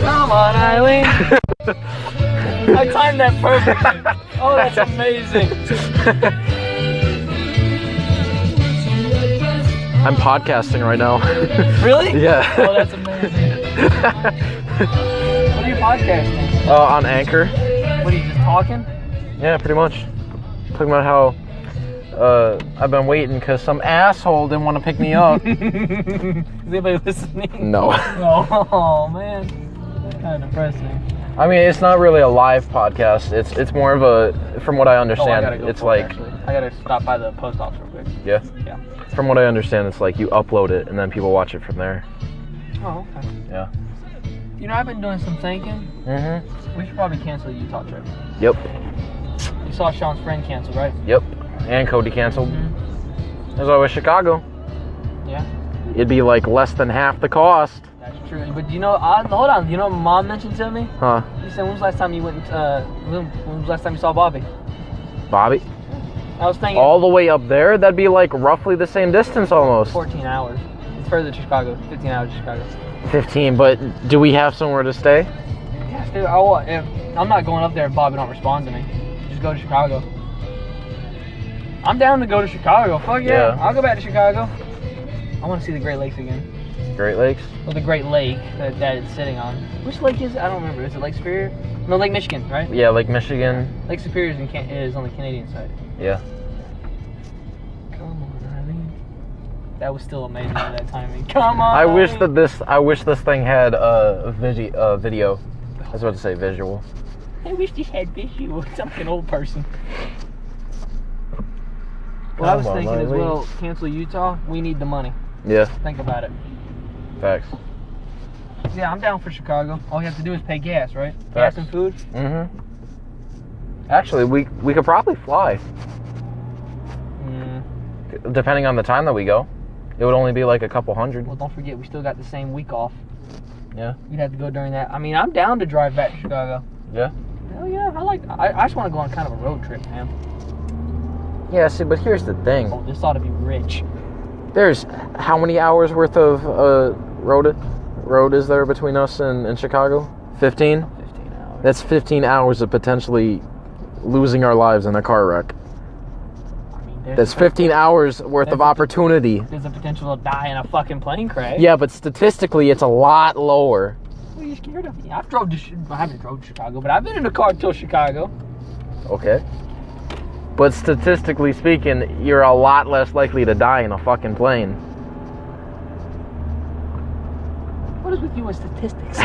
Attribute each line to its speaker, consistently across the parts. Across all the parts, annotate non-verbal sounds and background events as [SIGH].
Speaker 1: Come on, Eileen. I timed that perfectly. Oh, that's amazing.
Speaker 2: I'm podcasting right now. [LAUGHS]
Speaker 1: Really?
Speaker 2: Yeah.
Speaker 1: Oh, that's amazing. What are you podcasting?
Speaker 2: [LAUGHS] uh, on Anchor.
Speaker 1: What are you just talking? [LAUGHS]
Speaker 2: Yeah, pretty much. Talking about how uh, I've been waiting because some asshole didn't want to pick me
Speaker 1: [LAUGHS]
Speaker 2: up.
Speaker 1: Is anybody listening?
Speaker 2: no.
Speaker 1: No. Oh man, that's kind of depressing. Oh,
Speaker 2: I mean, it's not really a live podcast. It's it's more of a, from what I
Speaker 1: Oh, I
Speaker 2: understand,
Speaker 1: gotta go.
Speaker 2: it's
Speaker 1: for it,
Speaker 2: like,
Speaker 1: actually. I gotta stop by the post office real quick.
Speaker 2: yeah.
Speaker 1: Yeah.
Speaker 2: From what I understand, it's like you upload it and then people watch it from there.
Speaker 1: Oh, okay.
Speaker 2: Yeah.
Speaker 1: You know, I've been doing some thinking.
Speaker 2: Mm-hmm.
Speaker 1: We should probably cancel the Utah trip.
Speaker 2: Yep.
Speaker 1: You saw Sean's friend cancel, right?
Speaker 2: Yep. And Cody canceled.
Speaker 1: Mm-hmm.
Speaker 2: As always, Chicago.
Speaker 1: Yeah,
Speaker 2: It'd be like less than half the cost.
Speaker 1: that's true. But you know, I, hold on. You know, what Mom mentioned to me.
Speaker 2: Huh,
Speaker 1: She said, "When was the last time you went? Uh, when, when was the last time you saw Bobby?"
Speaker 2: Bobby?
Speaker 1: I was thinking
Speaker 2: All the way up there? That'd be like roughly the same distance almost.
Speaker 1: 14 hours. It's further to Chicago. 15 hours to Chicago.
Speaker 2: 15, but do we have somewhere to stay?
Speaker 1: Yes, dude. I will, if, I'm not going up there if Bobby don't respond to me. Just go to Chicago. I'm down to go to Chicago. Fuck yeah.
Speaker 2: Yeah.
Speaker 1: I'll go back to Chicago. I want to see the Great Lakes again.
Speaker 2: Great Lakes?
Speaker 1: Well, the Great Lake that, that it's sitting on. Which lake is it? I don't remember. Is it Lake Superior? No, Lake Michigan, right?
Speaker 2: Yeah, Lake Michigan.
Speaker 1: Lake Superior is, in can- is on the Canadian side.
Speaker 2: Yeah.
Speaker 1: Come on, Eileen. That was still amazing at that timing. [LAUGHS] Come on.
Speaker 2: I wish
Speaker 1: Eileen.
Speaker 2: that this I wish this thing had a visi- uh, video. I was about to say visual.
Speaker 1: I wish this had visual. I'm an old person. What I was
Speaker 2: Come on,
Speaker 1: thinking as
Speaker 2: Eileen.
Speaker 1: well, cancel Utah. We need the money.
Speaker 2: Yeah,
Speaker 1: Think about it.
Speaker 2: facts.
Speaker 1: Yeah, I'm down for Chicago. All you have to do is pay gas, right? Gas
Speaker 2: Facts.
Speaker 1: and food.
Speaker 2: Mm-hmm. Actually, we we could probably fly,
Speaker 1: Mm.
Speaker 2: depending on the time that we go. It would only be like a couple hundred.
Speaker 1: Well, don't forget we still got the same week off.
Speaker 2: Yeah.
Speaker 1: You'd have to go during that. I mean, I'm down to drive back to Chicago.
Speaker 2: Yeah.
Speaker 1: Hell yeah, I like. I, I just want to go on kind of a road trip, man.
Speaker 2: Yeah. See, but here's the thing.
Speaker 1: Oh, this ought to be rich.
Speaker 2: There's how many hours worth of uh, road road is there between us and, and Chicago? Fifteen.
Speaker 1: 15 hours.
Speaker 2: That's fifteen hours of potentially losing our lives in a car wreck.
Speaker 1: I mean, there's,
Speaker 2: That's fifteen hours worth of opportunity.
Speaker 1: there's a potential to die in a fucking plane crash.
Speaker 2: Yeah, but statistically, it's a lot lower.
Speaker 1: What are you scared of? Yeah, I've drove to. Chi- I haven't drove to Chicago, but I've been in a car till Chicago.
Speaker 2: Okay. But statistically speaking, you're a lot less likely to die in a fucking plane. [LAUGHS]
Speaker 1: What is with you and statistics?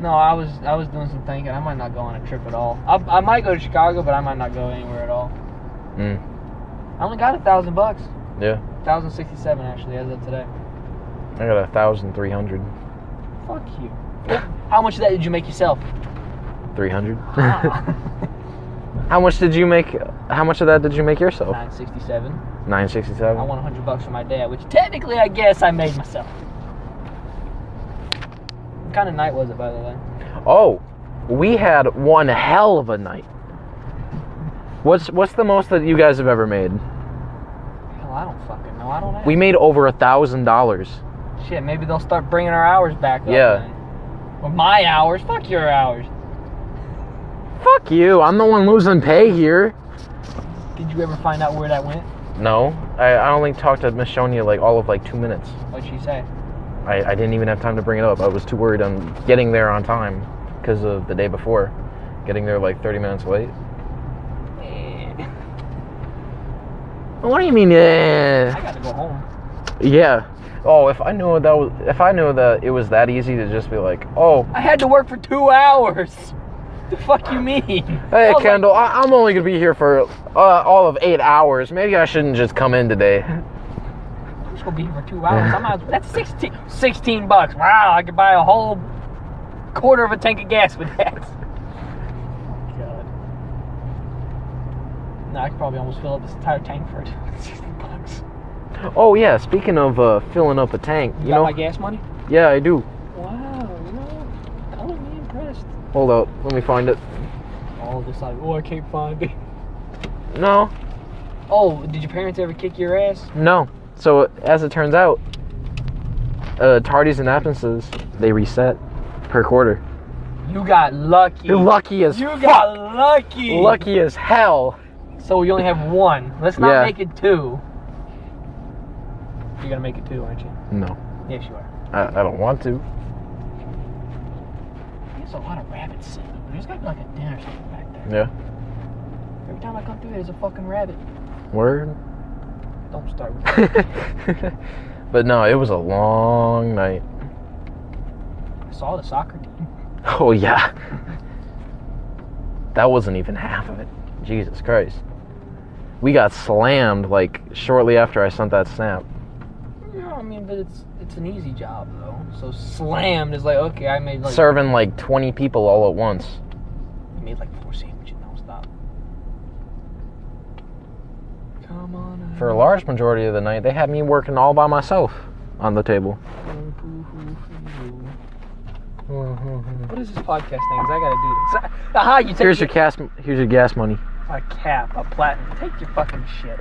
Speaker 1: no, I was I was doing some thinking. I might not go on a trip at all. I, I might go to Chicago, but I might not go anywhere at all.
Speaker 2: mm,
Speaker 1: I only got a thousand bucks.
Speaker 2: yeah,
Speaker 1: Thousand sixty-seven actually, as of today.
Speaker 2: I got a thousand three hundred.
Speaker 1: Fuck you. How much of that did you make
Speaker 2: [LAUGHS]
Speaker 1: yourself?
Speaker 2: Three hundred. [LAUGHS]
Speaker 1: Nine
Speaker 2: How much did you make? How much of that did you make yourself?
Speaker 1: sixty-seven.
Speaker 2: Nine
Speaker 1: I
Speaker 2: sixty-seven.
Speaker 1: won hundred bucks from my dad, which technically I guess I made myself. What kind of night was it, by the way?
Speaker 2: Oh, we had one hell of a night. What's what's the most that you guys have ever made?
Speaker 1: Hell, I don't fucking know. I don't know.
Speaker 2: We made over a thousand dollars.
Speaker 1: Shit, maybe they'll start bringing our hours back up.
Speaker 2: Yeah.
Speaker 1: Then. Well, my hours. Fuck your hours.
Speaker 2: Fuck you! I'm the one losing pay here.
Speaker 1: Did you ever find out where that went?
Speaker 2: No, I, I only talked to Miss Shonia like all of like two minutes.
Speaker 1: What'd she say?
Speaker 2: I, I didn't even have time to bring it up. I was too worried on getting there on time because of the day before. Getting there like 30 minutes late. Eh.
Speaker 1: I
Speaker 2: What do you mean? eh? Yeah.
Speaker 1: gotta go home.
Speaker 2: yeah. Oh, if I knew that was, if I knew that it was that easy to just be like, oh,
Speaker 1: I had to work for two hours. The fuck you mean? I
Speaker 2: hey
Speaker 1: was like,
Speaker 2: Kendall, I, I'm only gonna be here for uh, all of eight hours. Maybe I shouldn't just come in today. [LAUGHS]
Speaker 1: I'm just gonna be here for two hours. I might as well. That's 16, 16 bucks. Wow, I could buy a whole quarter of a tank of gas with that. God. Nah, I could probably almost fill up this entire tank for [LAUGHS] 60 bucks.
Speaker 2: Oh yeah, speaking of uh, filling up a tank,
Speaker 1: You,
Speaker 2: you
Speaker 1: got
Speaker 2: know,
Speaker 1: my gas money?
Speaker 2: yeah, I do.
Speaker 1: Wow, you know, that would be impressed.
Speaker 2: Hold up, let me find it.
Speaker 1: All this like, oh, I can't find it.
Speaker 2: No,
Speaker 1: Oh, did your parents ever kick your ass?
Speaker 2: no. So as it turns out, uh, tardies and absences, they reset per quarter.
Speaker 1: You got lucky.
Speaker 2: You're lucky as
Speaker 1: You
Speaker 2: fuck.
Speaker 1: got lucky.
Speaker 2: lucky as hell.
Speaker 1: So you only have one. Let's not
Speaker 2: Yeah.
Speaker 1: make it two. You're gonna make it two, aren't you?
Speaker 2: No,
Speaker 1: Yes, you are.
Speaker 2: I, I don't want to.
Speaker 1: There's a lot of rabbits sitting. over there. There's gotta be like a den or something back there.
Speaker 2: Yeah.
Speaker 1: Every time I come through, there's a fucking rabbit.
Speaker 2: Word.
Speaker 1: Don't start with
Speaker 2: [LAUGHS] but no, it was a long night.
Speaker 1: I saw the soccer team.
Speaker 2: Oh yeah. That wasn't even half of it. Jesus Christ. We got slammed like shortly after I sent that snap.
Speaker 1: No, I mean, but it's it's an easy job though. So slammed is like okay, I made like
Speaker 2: Serving like 20 people all at once.
Speaker 1: I made like four sandwiches. Now stop. Come on.
Speaker 2: For a large majority of the night, they had me working all by myself on the table.
Speaker 1: What is this podcast thing? 'Cause I gotta do this. [LAUGHS] Aha! You take
Speaker 2: Here's
Speaker 1: the-
Speaker 2: your gas here's your gas money.
Speaker 1: a cap, a platinum. Take your fucking shit.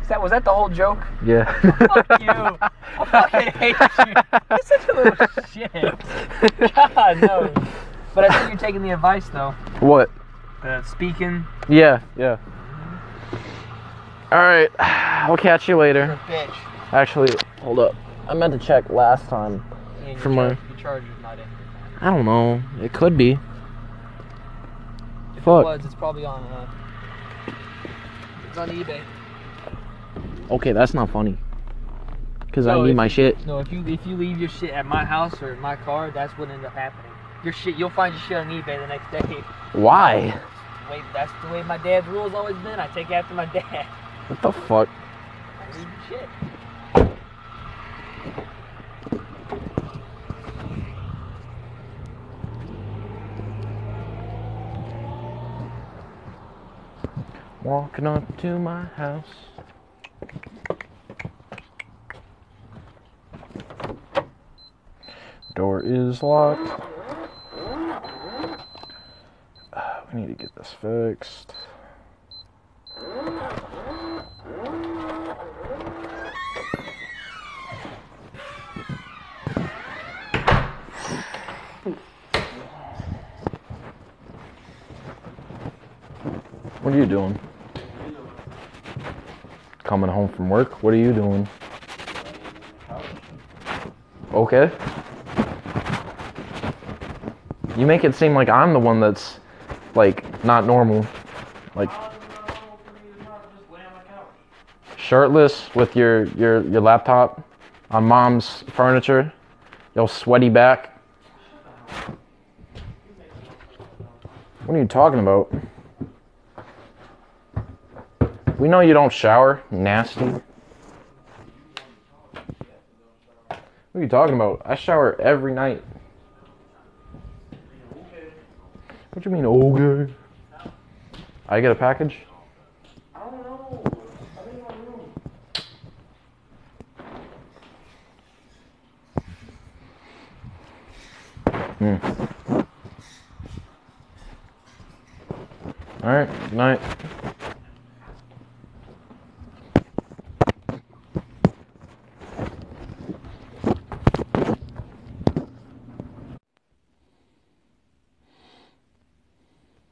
Speaker 1: Is that was that the whole joke?
Speaker 2: Yeah.
Speaker 1: Fuck you.
Speaker 2: [LAUGHS]
Speaker 1: I fucking hate you. You're such a little shit. [LAUGHS] God no. But I think you're taking the advice though.
Speaker 2: What?
Speaker 1: The speaking.
Speaker 2: Yeah, yeah. All right. I'll catch you later.
Speaker 1: Bitch.
Speaker 2: Actually, hold up. I meant to check last time.
Speaker 1: And
Speaker 2: For
Speaker 1: your
Speaker 2: my-
Speaker 1: charge- your charger's not in.
Speaker 2: I don't know. It could be.
Speaker 1: If
Speaker 2: Fuck.
Speaker 1: it was, it's probably on. Uh, it's on eBay.
Speaker 2: Okay, that's not funny. Cause
Speaker 1: No,
Speaker 2: I need
Speaker 1: if
Speaker 2: my
Speaker 1: you-
Speaker 2: shit.
Speaker 1: No, if you if you leave your shit at my house or in my car, that's what ended up happening. Your shit, you'll find your shit on eBay the next day.
Speaker 2: Why?
Speaker 1: Wait, that's the way my dad's rules always been. I take after my dad. [LAUGHS]
Speaker 2: What the fuck?
Speaker 1: I leave your shit.
Speaker 2: Walking up to my house. Door is locked. Uh, we need to get this fixed. What are you doing? Coming home from work? What are you doing? Okay. You make it seem like I'm the one that's like not normal. Like shirtless with your your your laptop on mom's furniture. Your sweaty back. What are you talking about? We know you don't shower, nasty. What are you talking about? I shower every night. What do you mean, okay? I get a package? Hmm. All right, good night.